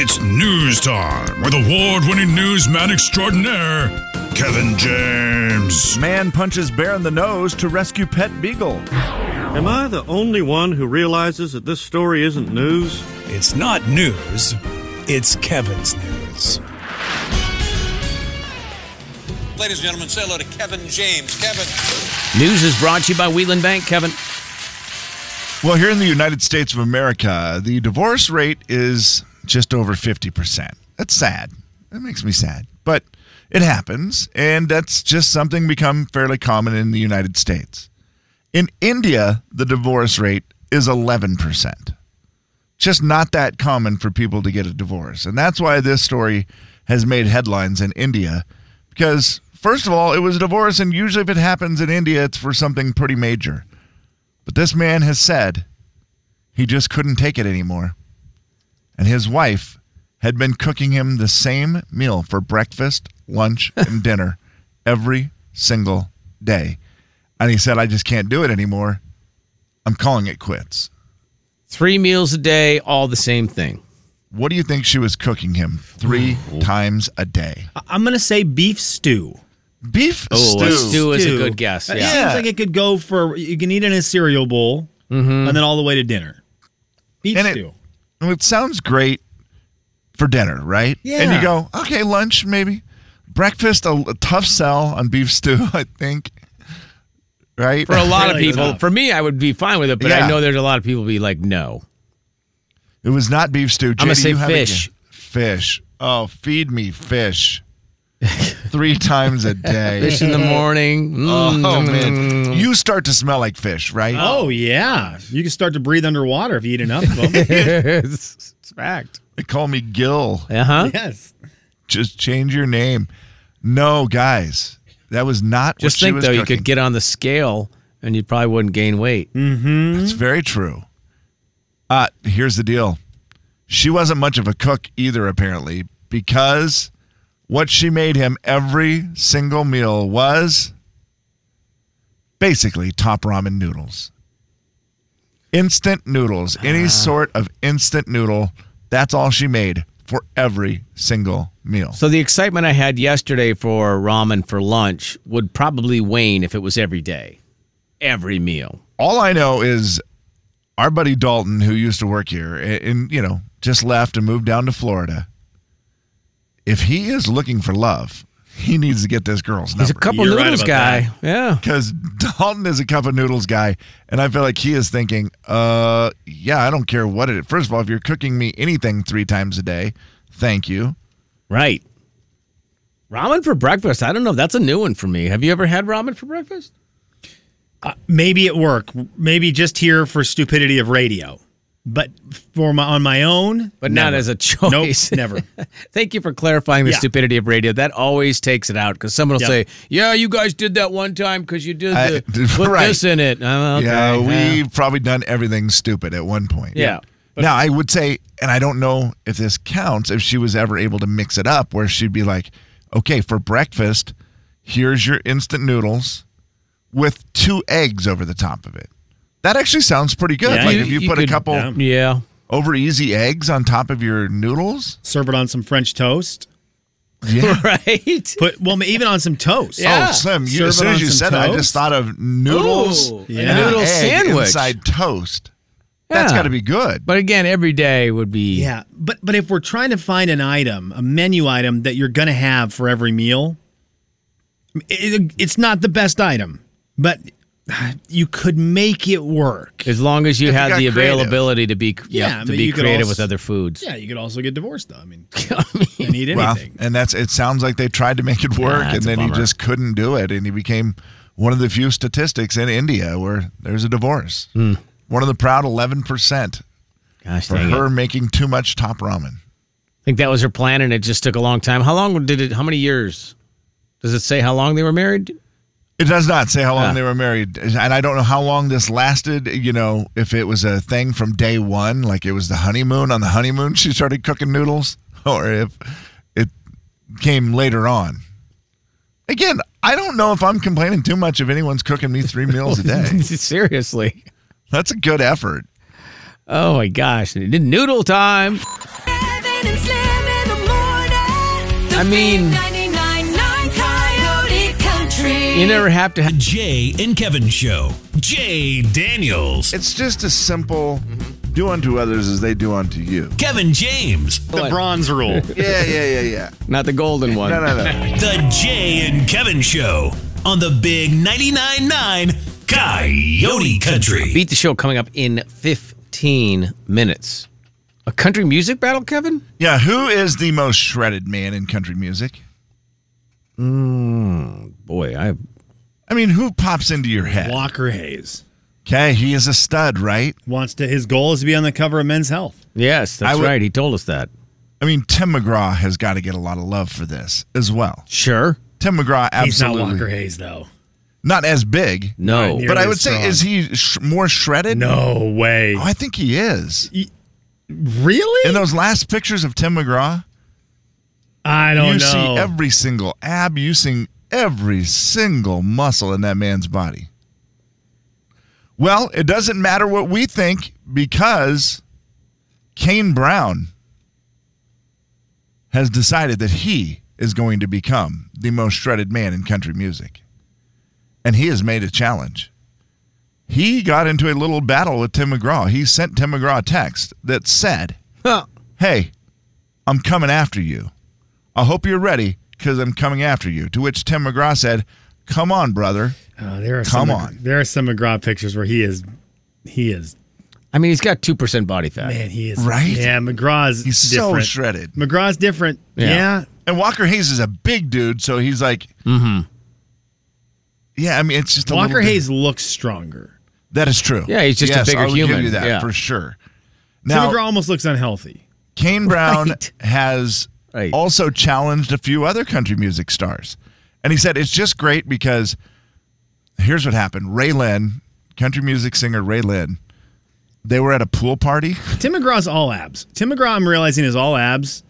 It's news time with award winning newsman extraordinaire, Kevin James. Man punches bear in the nose to rescue pet beagle. Am I the only one who realizes that this story isn't news? It's not news, it's Kevin's news. Ladies and gentlemen, say hello to Kevin James. Kevin. News is brought to you by Wheeland Bank, Kevin. Well, here in the United States of America, the divorce rate is just over 50%. That's sad. That makes me sad. But it happens, and that's just something become fairly common in the United States. In India, the divorce rate is 11%. Just not that common for people to get a divorce. And that's why this story has made headlines in India because first of all, it was a divorce and usually if it happens in India, it's for something pretty major. But this man has said he just couldn't take it anymore. And his wife had been cooking him the same meal for breakfast, lunch, and dinner every single day. And he said, I just can't do it anymore. I'm calling it quits. Three meals a day, all the same thing. What do you think she was cooking him three times a day? I'm gonna say beef stew. Beef Oh, stew. a stew is a good guess. Uh, It Yeah. Yeah. seems like it could go for you can eat it in a cereal bowl, Mm-hmm. and then all the way to dinner. Beef And it- stew. Well, it sounds great for dinner, right? And you Yeah. go, okay, lunch maybe. Breakfast, a, a tough sell on beef stew, I think. Right? For a lot of Really people, tough. for me, I would be fine with it, but Yeah. I know there's a lot of people be like, no. it was not beef stew. gonna JD, say you have it fish. again. Fish. Oh, feed me fish. Three times a day. Fish in the morning. Mm, Oh, mm, mm. man. You start to smell like fish, right? Oh yeah, you can start to breathe underwater if you eat enough of them. it's, it's fact. They call me Gil. Uh huh. yes. Just change your name. No, guys. That was not Just what she think, was though, you cooking. could get on the scale and you probably wouldn't gain weight. It's very true. Uh, here's the deal. She wasn't much of a cook either, apparently, because what she made him every single meal was basically top ramen noodles. Instant noodles, any sort of instant noodle. That's all she made for every single meal. So the excitement I had yesterday for ramen for lunch would probably wane if it was every day, every meal. all I know is our buddy Dalton, who used to work here and, and, you know just left and moved down to Florida. If he is looking for love, he needs to get this girl's number. He's a couple You're right noodles about guy. that. Yeah. because Dalton is a cup of noodles guy, and I feel like he is thinking, uh, yeah, I don't care what it is. First of all, if you're cooking me anything three times a day, thank you. Right. Ramen for breakfast. I don't know. That's a new one for me. Have you ever had ramen for breakfast? Maybe at work, maybe just here for stupidity of radio, but for my on my own. But not never. as a Nope, choice. never. Thank you for clarifying the Yeah. stupidity of radio. That always takes it out because someone will Yep. say, "Yeah, you guys did that one time because you did I- the, put right. this in it." Oh, okay. Yeah, we've probably done everything stupid at one point. Yeah. now I would say, and I don't know if this counts, if she was ever able to mix it up where she'd be like, okay, for breakfast, here's your instant noodles with two eggs over the top of it. That actually sounds pretty good. Yeah, like you- if you, you put could- a couple yeah. yeah. over easy eggs on top of your noodles. Serve it on some French toast. Yeah. right. Put well, even on some toast. Yeah. Oh, Slim, you, Serve as it soon on as you some said it, I just toast. thought of noodles Ooh, and a an noodle egg sandwich. inside toast. That's Yeah. got to be good. But again, every day would be Yeah, but but if we're trying to find an item, a menu item that you're gonna have for every meal, it, it's not the best item, but you could make it work. as long as you If you had got the creative. availability to be yeah, Yeah, I to mean, be you could creative also- with other foods. Yeah, you could also get divorced though. I mean, you can eat Well, anything. and that's it sounds like they tried to make it work Yeah, and it's a then he bummer. just couldn't do it and he became one of the few statistics in India where there's a divorce. One of the proud 11% Gosh for Hmm. dang her it! making too much top ramen. I think that was her plan, and it just took a long time. How long did it? How many years? Does it say how long they were married? It does not say how long Ah. they were married and I don't know how long this lasted, you know, if it was a thing from day 1 like it was the honeymoon on the honeymoon she started cooking noodles or if it came later on. Again, I don't know if I'm complaining too much if anyone's cooking me 3 meals a day. Seriously. That's a good effort. Oh my gosh! Noodle time. Kevin Brandon and Slim in the morning. The I mean- big 99.9 Coyote Country. You never have to. Have, Jay and Kevin Show. Jay Daniels. It's just a simple do unto others as they do unto you. Kevin James. The bronze rule. Yeah, yeah, yeah, yeah. not the golden one. No, no, no. The Jay and Kevin Show on the Big 99.9 9 Coyote Country. Beat the show coming up in 15 minutes. A country music battle, Kevin? Yeah, who is the most shredded man in country music? Boy, I I mean, who pops into your head? Walker Hayes Okay, he is a stud, right? wants to. His goal is to be on the cover of Men's Health. yes, that's I would- right. He told us that. I mean, Tim McGraw has got to get a lot of love for this as well. Sure. Tim McGraw, He's not absolutely Walker Hayes though. Not as big, No. Right, but I Nearly would strong. say is he sh- more shredded? No way. Oh, I think he is. Really? In those last pictures of Tim McGraw, I don't you know. see every single ab, you see every single muscle in that man's body. Well, it doesn't matter what we think because Kane Brown has decided that he is going to become the most shredded man in country music. And he has made a challenge. He got into a little battle with Tim McGraw. He sent Tim McGraw a text that said, Huh. hey, I'm coming after you. I hope you're ready because I'm coming after you. To which Tim McGraw said, come on, brother. Oh, there are Come some, on. There are some McGraw pictures where he is, he is, I mean, he's got 2% body fat. man, he is Right? Yeah, McGraw's He's so different. shredded. McGraw's different. Yeah. Yeah. And Walker Hayes is a big dude, so he's like, Mm-hmm. yeah, I mean, it's just a Walker little bit- Hayes looks stronger. That is true. Yeah, he's just a Yes, bigger I would human. Give you that Yeah. for sure. Tim McGraw Now, almost looks unhealthy. Kane Brown Right. has Right. also challenged a few other country music stars, and he said it's just great because here's what happened: Ray Lynn, country music singer Ray Lynn, they were at a pool party. Tim McGraw's all abs. Tim McGraw, I'm realizing, is all abs.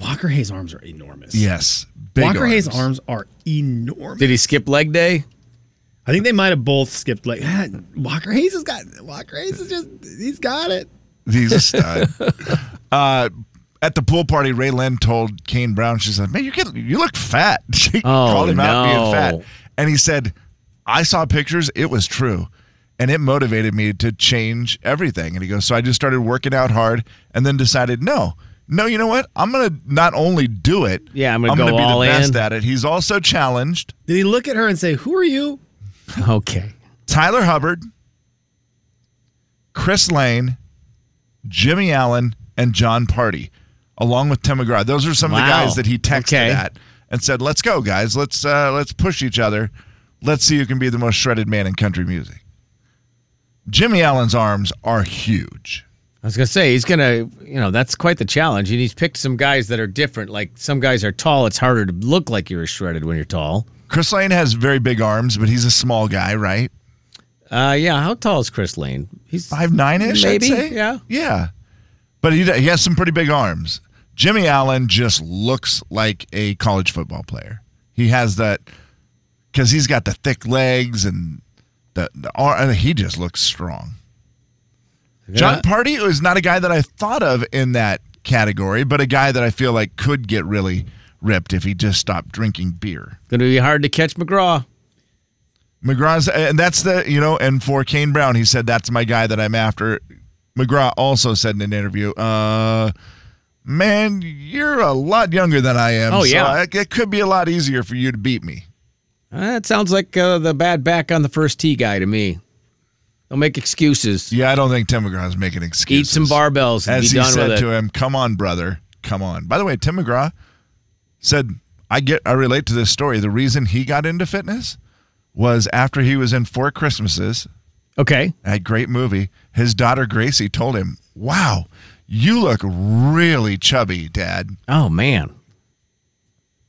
Walker Hayes' arms are enormous. Yes, big Walker Hayes' arms. arms are enormous. Did he skip leg day? I think they might have both skipped like ah, Walker Hayes has got Walker Hayes is just he's got it. He's a stud. uh, at the pool party, Ray Lynn told Kane Brown, she said, Man, you get, you look fat. She called him out Oh, no. being fat. And he said, I saw pictures, it was true. And it motivated me to change everything. And he goes, So I just started working out hard and then decided, no. No, you know what? I'm gonna not only do it. Yeah, I'm gonna go be all the best in. at it. He's also challenged Did he look at her and say, "Who are you?" Okay. Tyler Hubbard, Chris Lane, Jimmy Allen, and John Party, along with Tim McGraw. Those are some of the Wow. guys that he texted Okay. at and said, "Let's go, guys. Let's uh, let's push each other. Let's see who can be the most shredded man in country music." Jimmy Allen's arms are huge. I was gonna say he's gonna, you know, that's quite the challenge, and he's picked some guys that are different. Like some guys are tall; it's harder to look like you're shredded when you're tall. Chris Lane has very big arms, but he's a small guy, right? Uh, yeah. How tall is Chris Lane? He's five nine ish. Maybe, I'd say. yeah. yeah. But he he has some pretty big arms. Jimmy Allen just looks like a college football player. He has that because he's got the thick legs and the the ar- I mean, he just looks strong. John Party is not a guy that I thought of in that category, but a guy that I feel like could get really ripped if he just stopped drinking beer. gonna be hard to catch McGraw. McGraw's, and that's the, you know, and for Kane Brown, he said, that's my guy that I'm after. McGraw also said in an interview, uh, man, you're a lot younger than I am. Oh, yeah. So it, it could be a lot easier for you to beat me. That sounds like uh, the bad back on the first tee guy to me. Don't make excuses. Yeah, I don't think Tim McGraw's making excuses. Eat some barbells and As be he done said with it. to him, come on, brother, come on. By the way, Tim McGraw said, I get, I relate to this story. The reason he got into fitness was after he was in Four Christmases Okay. a great movie. His daughter Gracie told him, "Wow, you look really chubby, Dad." Oh man.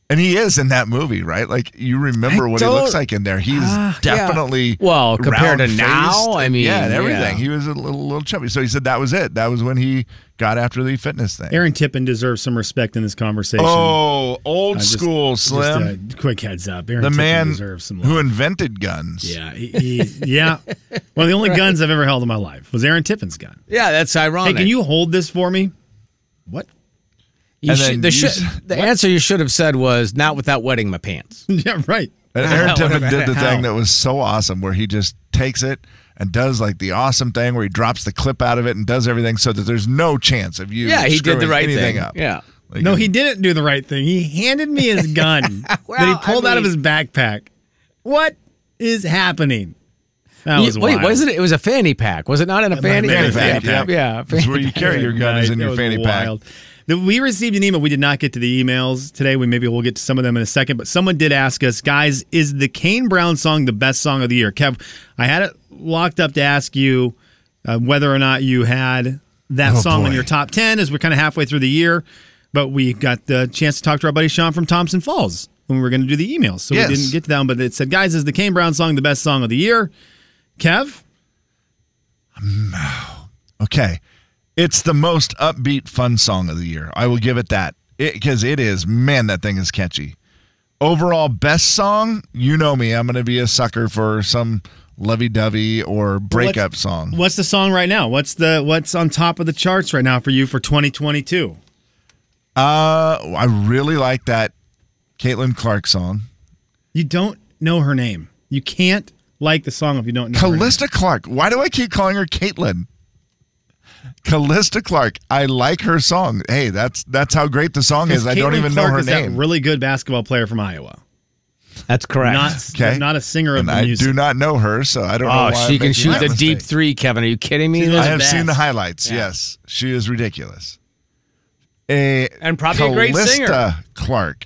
And he is in that movie, right? Like you remember I what he don't- looks like in there. He's Ah, definitely Well, compared to round-faced now, I and- mean, yeah, and everything. yeah. He was a little little chubby. So he said that was it. That was when he got after the fitness thing. Aaron Tippin deserves some respect in this conversation. oh, old I just- school just uh, Slim, a quick heads up, Aaron the Tippin man deserves some love. who invented guns. Yeah, he, he- yeah. One of the only guns I've ever held in my life was Aaron Tippin's gun. Yeah, that's Hey, ironic. can you hold this for me? What? You And should- then the you should- s- the answer you should have said was not without wetting my pants. yeah, right. And Aaron How- Tippin did the how? thing that was so awesome where he just takes it and does like the awesome thing where he drops the clip out of it and does everything so that there's no chance of you Yeah, he did the screwing right anything thing. up. Yeah. Like, No, he didn't do the right thing. He handed me his gun that he Well, I pulled out of mean- his backpack. What is happening? That was Yeah, Wait, wild. wasn't it? It was a fanny pack. Was it not in a fanny, fanny yeah, pack, Yeah. yeah. yeah, It's fanny- where you carry your gun is in That your was fanny wild. The- We received an email. We did not get to the emails today. We maybe we'll get to some of them in a second. But someone did ask us, guys, is the Kane Brown song the best song of the year? Kev, I had it locked up to ask you uh, whether or not you had that Oh, song in boy. your top ten. As we're kind of halfway through the year, but we got the chance to talk to our buddy Sean from Thompson Falls when we were going to do the emails, so Yes. we didn't get to that one. But it said, guys, is the Kane Brown song the best song of the year? Kev, pack. Okay. It's the most upbeat fun song of the year. I will give it that. Because it is, man, that thing is catchy. Overall, best song, you know me. I'm going to be a sucker for some lovey dovey or breakup song. What's the song right now? What's the what's on top of the charts right now for you for 2022? Uh, I really like that Caitlin Clark song. You don't know her name. You can't like the song if you don't know. her name. Callista Clark. Why do I keep calling her Caitlin? Callista Clark. I like her song. Hey, that's that's how great the song is. I don't Caitlin even Clark know her is name. That really good basketball player from Iowa. That's correct. Not Okay. not a singer of and the I music. do not know her, so I don't know oh, why. she I'm can making shoot that the deep mistake. three, Kevin. Are you kidding me? She I was have best. seen the highlights. Yeah. Yes, she is ridiculous. A And probably a great singer. Callista Clark.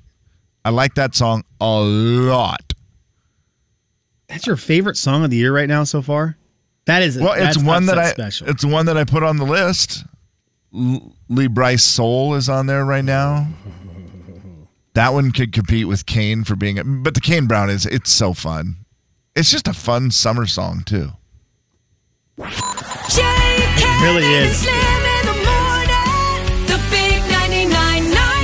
I like that song a lot. That's your favorite song of the year right now so far. That is Well, it's that's one that I upset special. it's one that I put on the list. L- Lee Bryce Soul is on there right now. That one could compete with Kane for being, but the Kane Brown is it's so fun. It's just a fun summer song too. Jay, Kevin, really and is. Slim in the morning. The big 99.9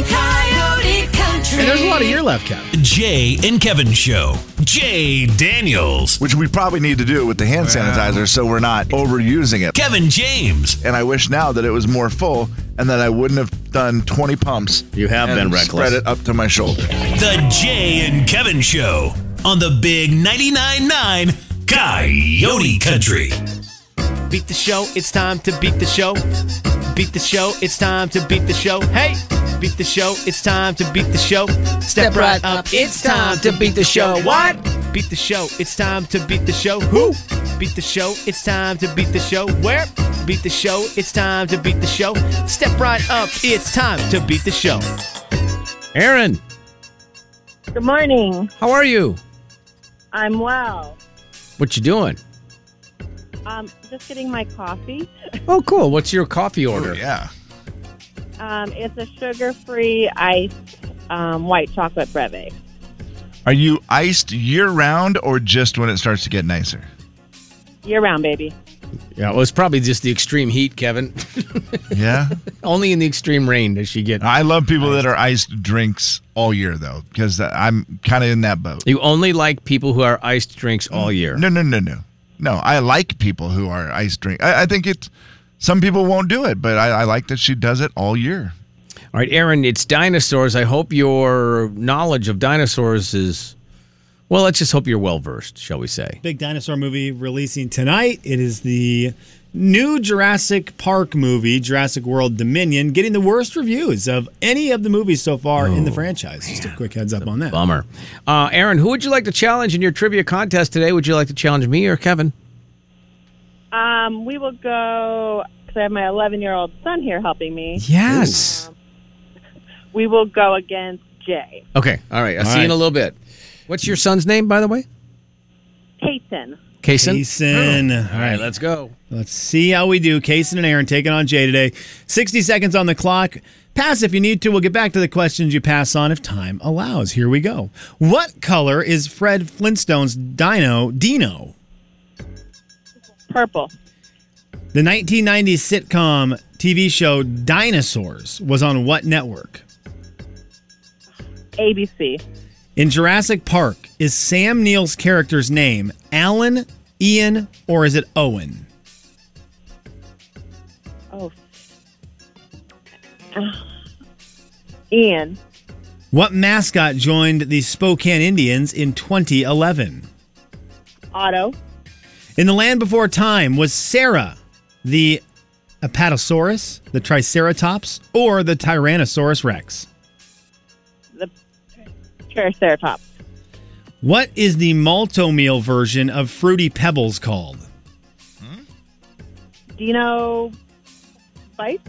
Coyote Country. and there's a lot of year left, Kev. Jay and Kevin Show. Jay Daniels. Which we probably need to do with the hand sanitizer so we're not overusing it. Kevin James. And I wish now that it was more full and that I wouldn't have done 20 pumps. You have and been reckless. Spread it up to my shoulder. The Jay and Kevin Show on the Big 99.9 9 Coyote Country. Beat the show, it's time to beat the show. Beat the show, it's time to beat the show. Hey! Beat the show, it's time to beat the show. Step, right up, it's time to beat the show. What? Beat the show, it's time to beat the show. Who? Beat the show, it's time to beat the show. Where? Beat the show, it's time to beat the show. Step right up, it's time to beat the show. Aaron, Good morning. how are you? I'm well. What you doing? Um, just getting my coffee. Oh, cool. What's your coffee order? Yeah. Um, it's a sugar-free iced um, white chocolate breve. Are you iced year round or just when it starts to get nicer? Year-round, baby. Yeah, well, it's probably just the extreme heat, Kevin. Yeah. Only in the extreme rain does she get. I love people that are iced drinks all year though, because I'm kind of in that boat. You only like people who are iced drinks all year. No, no, no, no, no. I like people who are iced drink. I, I think it's some people won't do it, but I, I like that she does it all year. All right, Aaron, it's dinosaurs. I hope your knowledge of dinosaurs is. Well, let's just hope you're well versed, shall we say? Big dinosaur movie releasing tonight. It is the new Jurassic Park movie, Jurassic World Dominion, getting the worst reviews of any of the movies so far Oh, in the franchise. Just a quick heads up on that. Bummer. Uh, Aaron, who would you like to challenge in your trivia contest today? Would you like to challenge me or Kevin? Um, we will go because I have my 11-year-old son here helping me. Yes. We will go against Jay Okay. All right. I'll see you in right. a little bit. What's your son's name, by the way? Payton. Kason. Jason. Oh. All right, let's Let's go. let's see how we do. Kason and Aaron taking on Jay today. 60 seconds on the clock. Pass if you need to. We'll get back to the questions you pass on if time allows. Here we go. What color is Fred Flintstone's dino Dino? Purple. The 1990 sitcom TV show Dinosaurs was on what network? ABC. In Jurassic Park, is Sam Neill's character's name Alan, Ian, or is it Owen? Oh. Ian. What mascot joined the Spokane Indians in 2011? Otto. In the land before time, was Sarah the Apatosaurus, the Triceratops, or the Tyrannosaurus Rex? The Triceratops. What is the malto meal version of Fruity Pebbles called? Dino. Bites.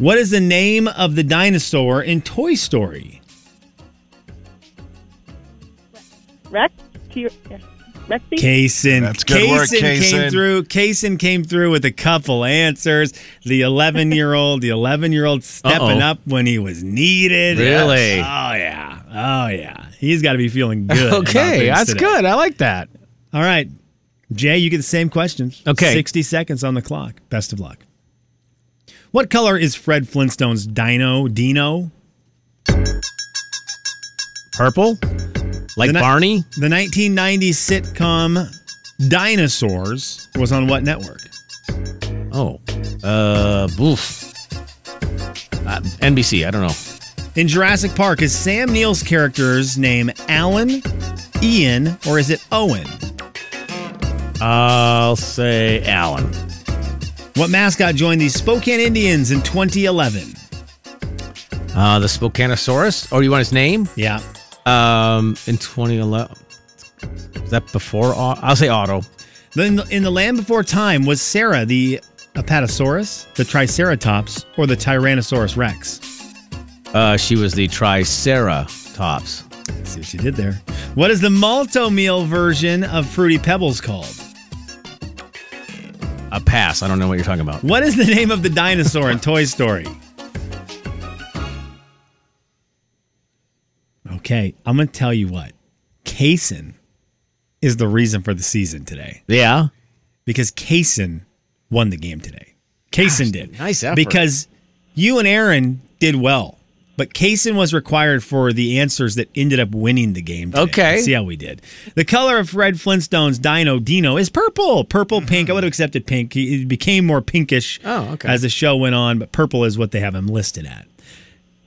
What is the name of the dinosaur in Toy Story? Rex. T- yeah. Rexy. Kason. That's good work, came Kason. through. Kason came through with a couple answers. The 11 year old, the 11 year old stepping Uh-oh. up when he was needed. Really? Oh yeah. Oh yeah. He's got to be feeling good. about Okay, things that's today. good. I like that. All right, Jay, you get the same questions. Okay. 60 seconds on the clock. Best of luck. What color is Fred Flintstone's dino? Dino. Purple, like The ni- Barney. The 1990 sitcom Dinosaurs was on what network? Oh, uh, boof. Uh, NBC. I don't know. In Jurassic Park, is Sam Neill's character's name Alan, Ian, or is it Owen? I'll say Allen. What mascot joined the Spokane Indians in 2011? Uh, the Spokanosaurus. Oh, you want his name? Yeah. Um, in 2011. Is that before? Au- I'll say Auto. Then in the Land Before Time, was Sarah the Apatosaurus, the Triceratops, or the Tyrannosaurus Rex? Uh, she was the Triceratops. Let's see what you did there. What is the Malto meal version of Fruity Pebbles called? A pass. I don't know what you're talking about. What is the name of the dinosaur in Toy Story? Okay, I'm going to tell you what. Kason is the reason for the season today Yeah. because Kason won the game today. Kason did. nice effort. Because you and Aaron did well, but Kason was required for the answers that ended up winning the game today. Okay. Let's see how we did. The color of Fred Flintstone's dino, Dino, is purple. Purple, pink. I would have accepted pink. He- It became more pinkish Mm-hmm. Oh, okay. as the show went on, but purple is what they have him listed at.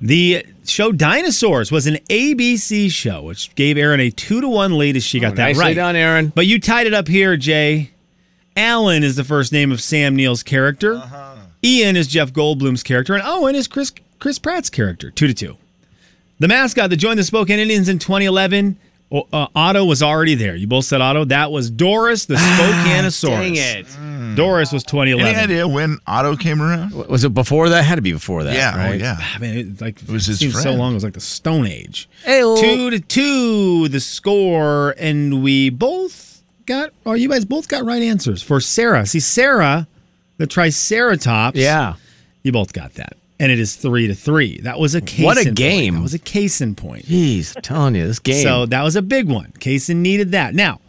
The show Dinosaurs was an ABC show, which gave Aaron a two to one lead as she got that Oh, Nicely right. done, Aaron. But you tied it up here, Jay. Alan is the first name of Sam Neill's character. Uh-huh. Ian is Jeff Goldblum's character, and Owen is Chris Chris Pratt's character. Two to two. The mascot that joined the Spokane Indians in 2011. o- Uh, Otto was already there. You both said Otto. That was Doris the Spokaneosaurus. Ah, Dang it. Doris was Any 2011. idea when Otto came around? W- Was it before that? Had to be before that. yeah, Right? oh yeah. I mean, it, like, it was his seems so friend. long. It was like the Stone Age. Ayo. Two to two, the score, and we both got, or you guys both got right answers for Sarah. See, Sarah, the Triceratops. Yeah. you both got that, and it is three to three. That was a case. What a in point. game. That was a case in point. Jeez, I'm telling you, this game. So that was a big one. Kaysen needed that. Now,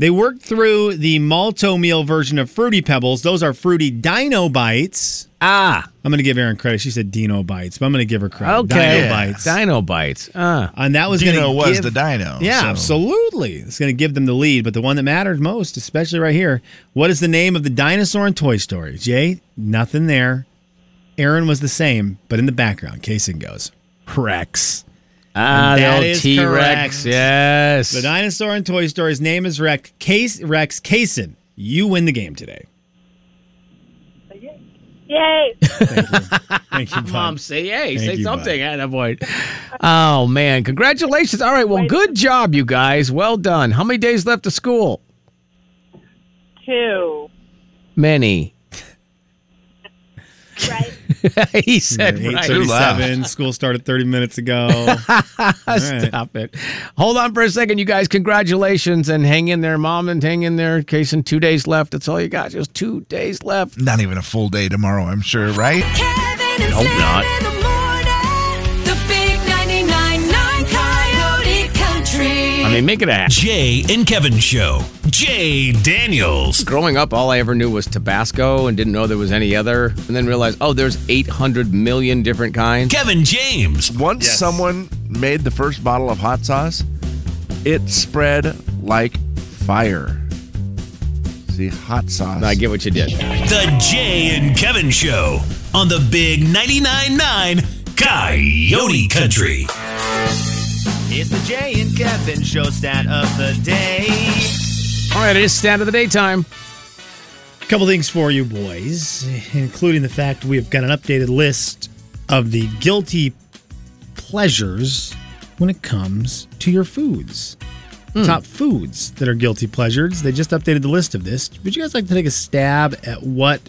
they worked through the Malto meal version of Fruity Pebbles. Those are Fruity Dino Bites. ah, I'm going to give Erin credit. She said Dino Bites, but I'm going to give her credit. okay. Dino Bites. Dino bites. Ah. and that was going Dino to was give, the dino. Yeah, so- absolutely. It's going to give them the lead, but the one that mattered most, especially right here, what is the name of the dinosaur in Toy Story? Jay, nothing there. Aaron was the same, but in the background, Kaysen goes, Rex. Ah, the that old is T correct. Rex. Yes. The dinosaur in Toy Story's name is Rex. Case Rex Kaysen, you win the game today. Yay! Thank you, bud. Mom, say hey, Thank say you, something at that point. Oh man, congratulations! All right, well, good job, you guys. Well done. How many days left of school? Two. Many. Right. he said Eight right. thirty-seven. School started thirty minutes ago. Stop it. Hold on for a second, you guys. Congratulations and hang in there, mom, and hang in there. Case in two days left. That's all you got. Just two days left. Not even a full day tomorrow, I'm sure, right? Kevin and Nope, Slim not. in the morning. The big 99.9 Coyote Country. I mean, make it a Jay and Kevin Show. Jay Daniels. Growing up, all I ever knew was Tabasco and didn't know there was any other. And then realized, oh, there's 800 million different kinds. Kevin James. Once someone made the first bottle of hot sauce, it spread like fire. See, hot sauce. I get what you did. The Jay and Kevin Show on the Big 99.9 9 Coyote Country. It's the Jay and Kevin show stat of the day. All right, it is stat of the day time. couple things for you boys, including the fact we have got an updated list of the guilty pleasures when it comes to your foods. Hmm. Top foods that are guilty pleasures. They just updated the list of this. Would you guys like to take a stab at what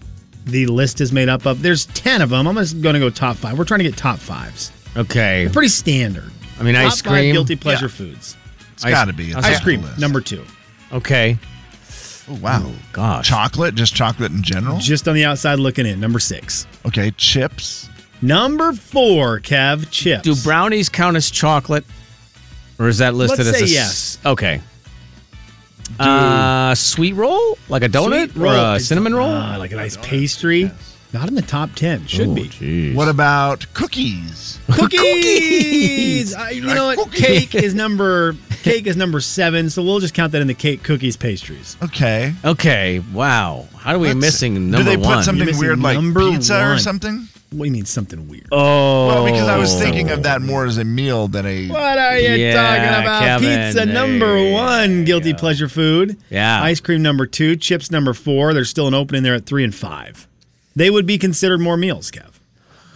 the list is made up of? There's 10 of them. I'm just going to go top five. We're trying to get top fives. Okay. Pretty standard. I mean, top ice five cream. guilty pleasure foods. It's got to be. It's Ice on the cream, list. number two. Okay. Oh, wow. Gosh. Chocolate, just chocolate in general. Just on the outside looking in, number six. Okay, chips. Number four, Kev, chips. Do brownies count as chocolate, or is that listed Let's as say a s- yes. Okay. Uh, sweet roll, like a donut Sweet or roll. a cinnamon roll. Ah, like a nice pastry. Not in the top 10. Should be. What about cookies? Cookies. I- you know what? Cake is number cake is number 7, so we'll just count that in the cake cookies pastries. Okay. Okay. Wow. How are we That's- missing number Do they one? put something missing weird like number pizza or one. something? What do you mean something weird? oh. Well, because I was thinking of that more as a meal than a. What are you Yeah, talking about? Kevin, there Pizza number you 1, guilty pleasure food. Yeah. Ice cream number 2, chips number 4. There's still an opening there at 3 and 5. They would be considered more meals, Kev.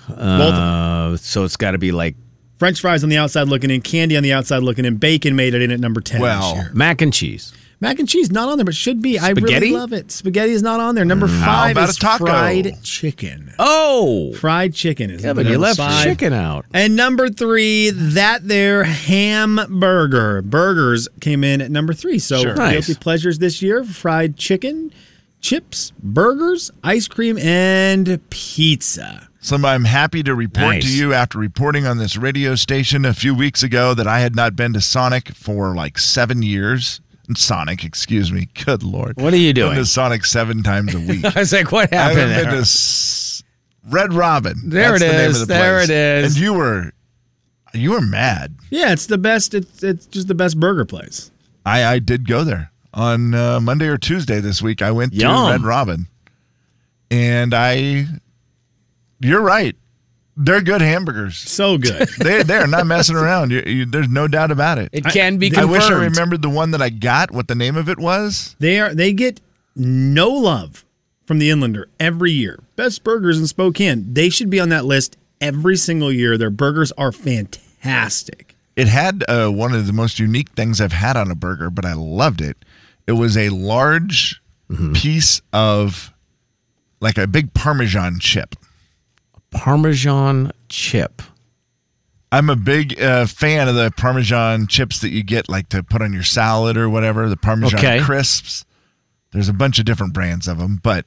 Both of them. Uh, so it's got to be like French fries on the outside looking in, candy on the outside looking in, bacon made it in at number 10 this Well, year. mac and cheese. Mac and cheese not on there, but should be. I Spaghetti? really love it. Spaghetti is not on there. Number five Mm. about is a taco? fried chicken. Oh, Fried chicken is Kevin, number you left five. chicken out. And number three, that there hamburger. Burgers came in at number three. So Sure. guilty Nice. pleasures this year: fried chicken, chips, burgers, ice cream, and pizza. So I'm happy to report Nice. to you after reporting on this radio station a few weeks ago that I had not been to Sonic for like seven years. Sonic, excuse me. Good lord. What are you Been doing? to Sonic seven times a week. I was like, what I happened? haven't been there? to S- Red Robin. There That's it the name is. of the There place. it is. And you were, you were mad. Yeah, it's the best. It's it's just the best burger place. I I did go there on uh, Monday or Tuesday this week. I went Yum. to Red Robin, and I, you're right. They're good hamburgers. So good. They they're not messing around. You, you, there's no doubt about it. It can be I confirmed. wish I remembered the one that I got. What the name of it was? They are they get no love from the Inlander every year. Best burgers in Spokane. They should be on that list every single year. Their burgers are fantastic. It had uh, one of the most unique things I've had on a burger, but I loved it. It was a large Mm-hmm. piece of, like a big Parmesan chip. Parmesan chip. I'm a big uh, fan of the Parmesan chips that you get, like to put on your salad or whatever. The Parmesan Okay. crisps. There's a bunch of different brands of them, but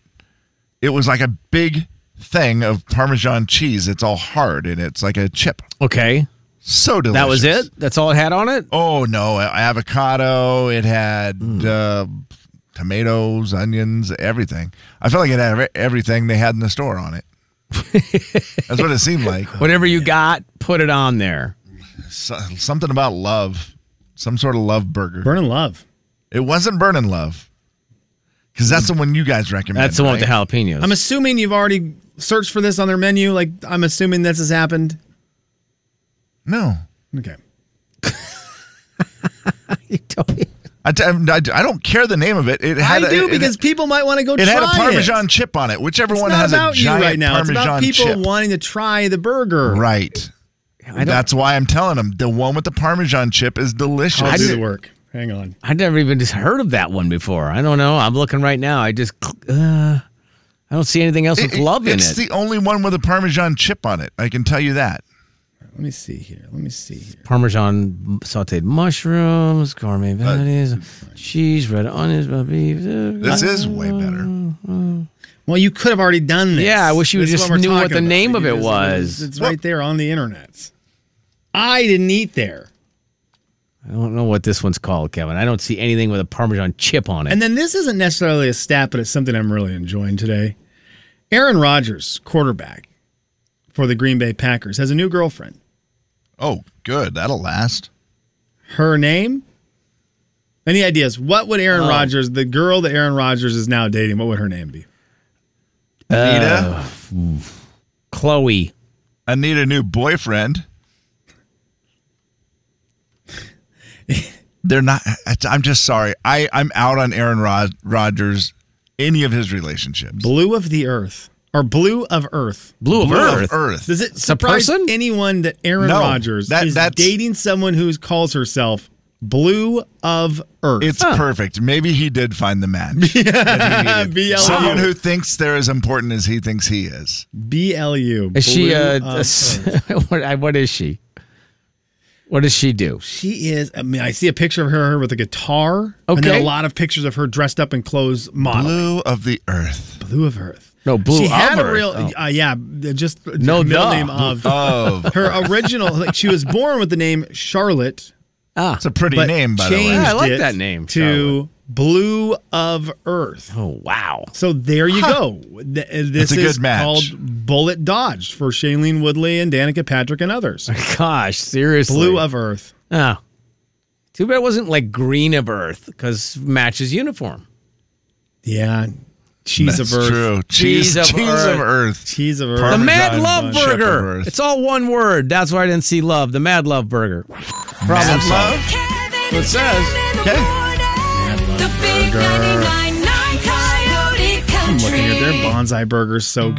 it was like a big thing of Parmesan cheese. It's all hard and it's like a chip. Okay, So delicious. that was it. That's all it had on it. Oh no, a- avocado. It had Hmm. uh, tomatoes, onions, everything. I felt like it had ev- everything they had in the store on it. That's what it seemed like. Whatever you got, put it on there. So- something about love, some sort of love burger. Burn in love. It wasn't Burning Love. Because that's the one you guys recommend. That's the one with the right? jalapenos. I'm assuming you've already searched for this on their menu. Like I'm assuming this has happened. No. Okay. I, t- I'm- I, d- I don't care the name of it. It I had a- do it- because it, people might want to go it try had a Parmesan it. chip on it. Whichever It's one not has about a you giant right now. Parmesan it's about people chip. wanting to try the burger. right. I don't- That's why I'm telling them the one with the Parmesan chip is delicious. I'll do did- the work. Hang on. I'd never even just heard of that one before. I don't know. I'm looking right now. I just, uh, I don't see anything else It- with love in it's it. the only one with a Parmesan chip on it. I can tell you that. Let me see here. Let me see here. Parmesan m- sauteed mushrooms, gourmet vanities, cheese, red onions, uh, beef. uh, This is way Mm. better. Well, you could have already done this. Yeah, I wish you This is just we're knew what talking the name You of it just- was. It's right there on the internet. I didn't eat there. I don't know what this one's called, Kevin. I don't see anything with a Parmesan chip on it. And then this isn't necessarily a stat, but it's something I'm really enjoying today. Aaron Rodgers, quarterback for the Green Bay Packers, has a new girlfriend. Oh, good. That'll last. Her name? Any ideas? What would Oh. Aaron Rodgers, the girl that Aaron Rodgers is now Uh, dating, what would her name be? Anita? Uh, Chloe. I need a new boyfriend. They're not. I'm just sorry. I I'm out on Aaron Rod, Rodgers, any of his relationships. Blue of the Earth or Blue of Earth. Blue of Earth. Earth. Does it a surprise person? anyone that Aaron No, Rodgers that- is that's- dating someone who calls herself Blue of Earth? It's perfect. Maybe he did find the match. Uh, BLU. Someone who thinks they're as important as he thinks he is. BLU. Is she E Blue Uh, a, of a s- what, I- what is she? What does she do? She is. I mean, I see a picture of her with a guitar. And then Okay. a lot of pictures of her dressed up in clothes modeling. Blue of the Earth. Blue, of Earth. No, Blue She of had a Earth. real. Oh. Uh, yeah, th- just the No, middle duh. name of Oh, her original. Like she was born with the name Charlotte, Ah, it's a pretty but name, by the changed way. Yeah, I like it that name, to Charlotte. Blue of Earth. oh wow. So there you go. Th- uh, This That's a good is match. called Bullet Dodge for Shailene Woodley and Danica Patrick and others. Gosh, seriously. Blue of Earth. Oh. Too bad it wasn't like green of earth because matches uniform. Yeah, cheese That's of Earth. true. Cheese, Cheese cheese of of Earth. Earth. Cheese uh, of Earth. The Parmesan Mad bun, Love shepherd Burger. earth. It's all one word. That's why I didn't see love. The Mad Love Burger. Problem Mad solved. Love? Kevin It and says, Jim in the okay. morning. The big 99.9 Coyote Country. Looking at their bonsai burgers, so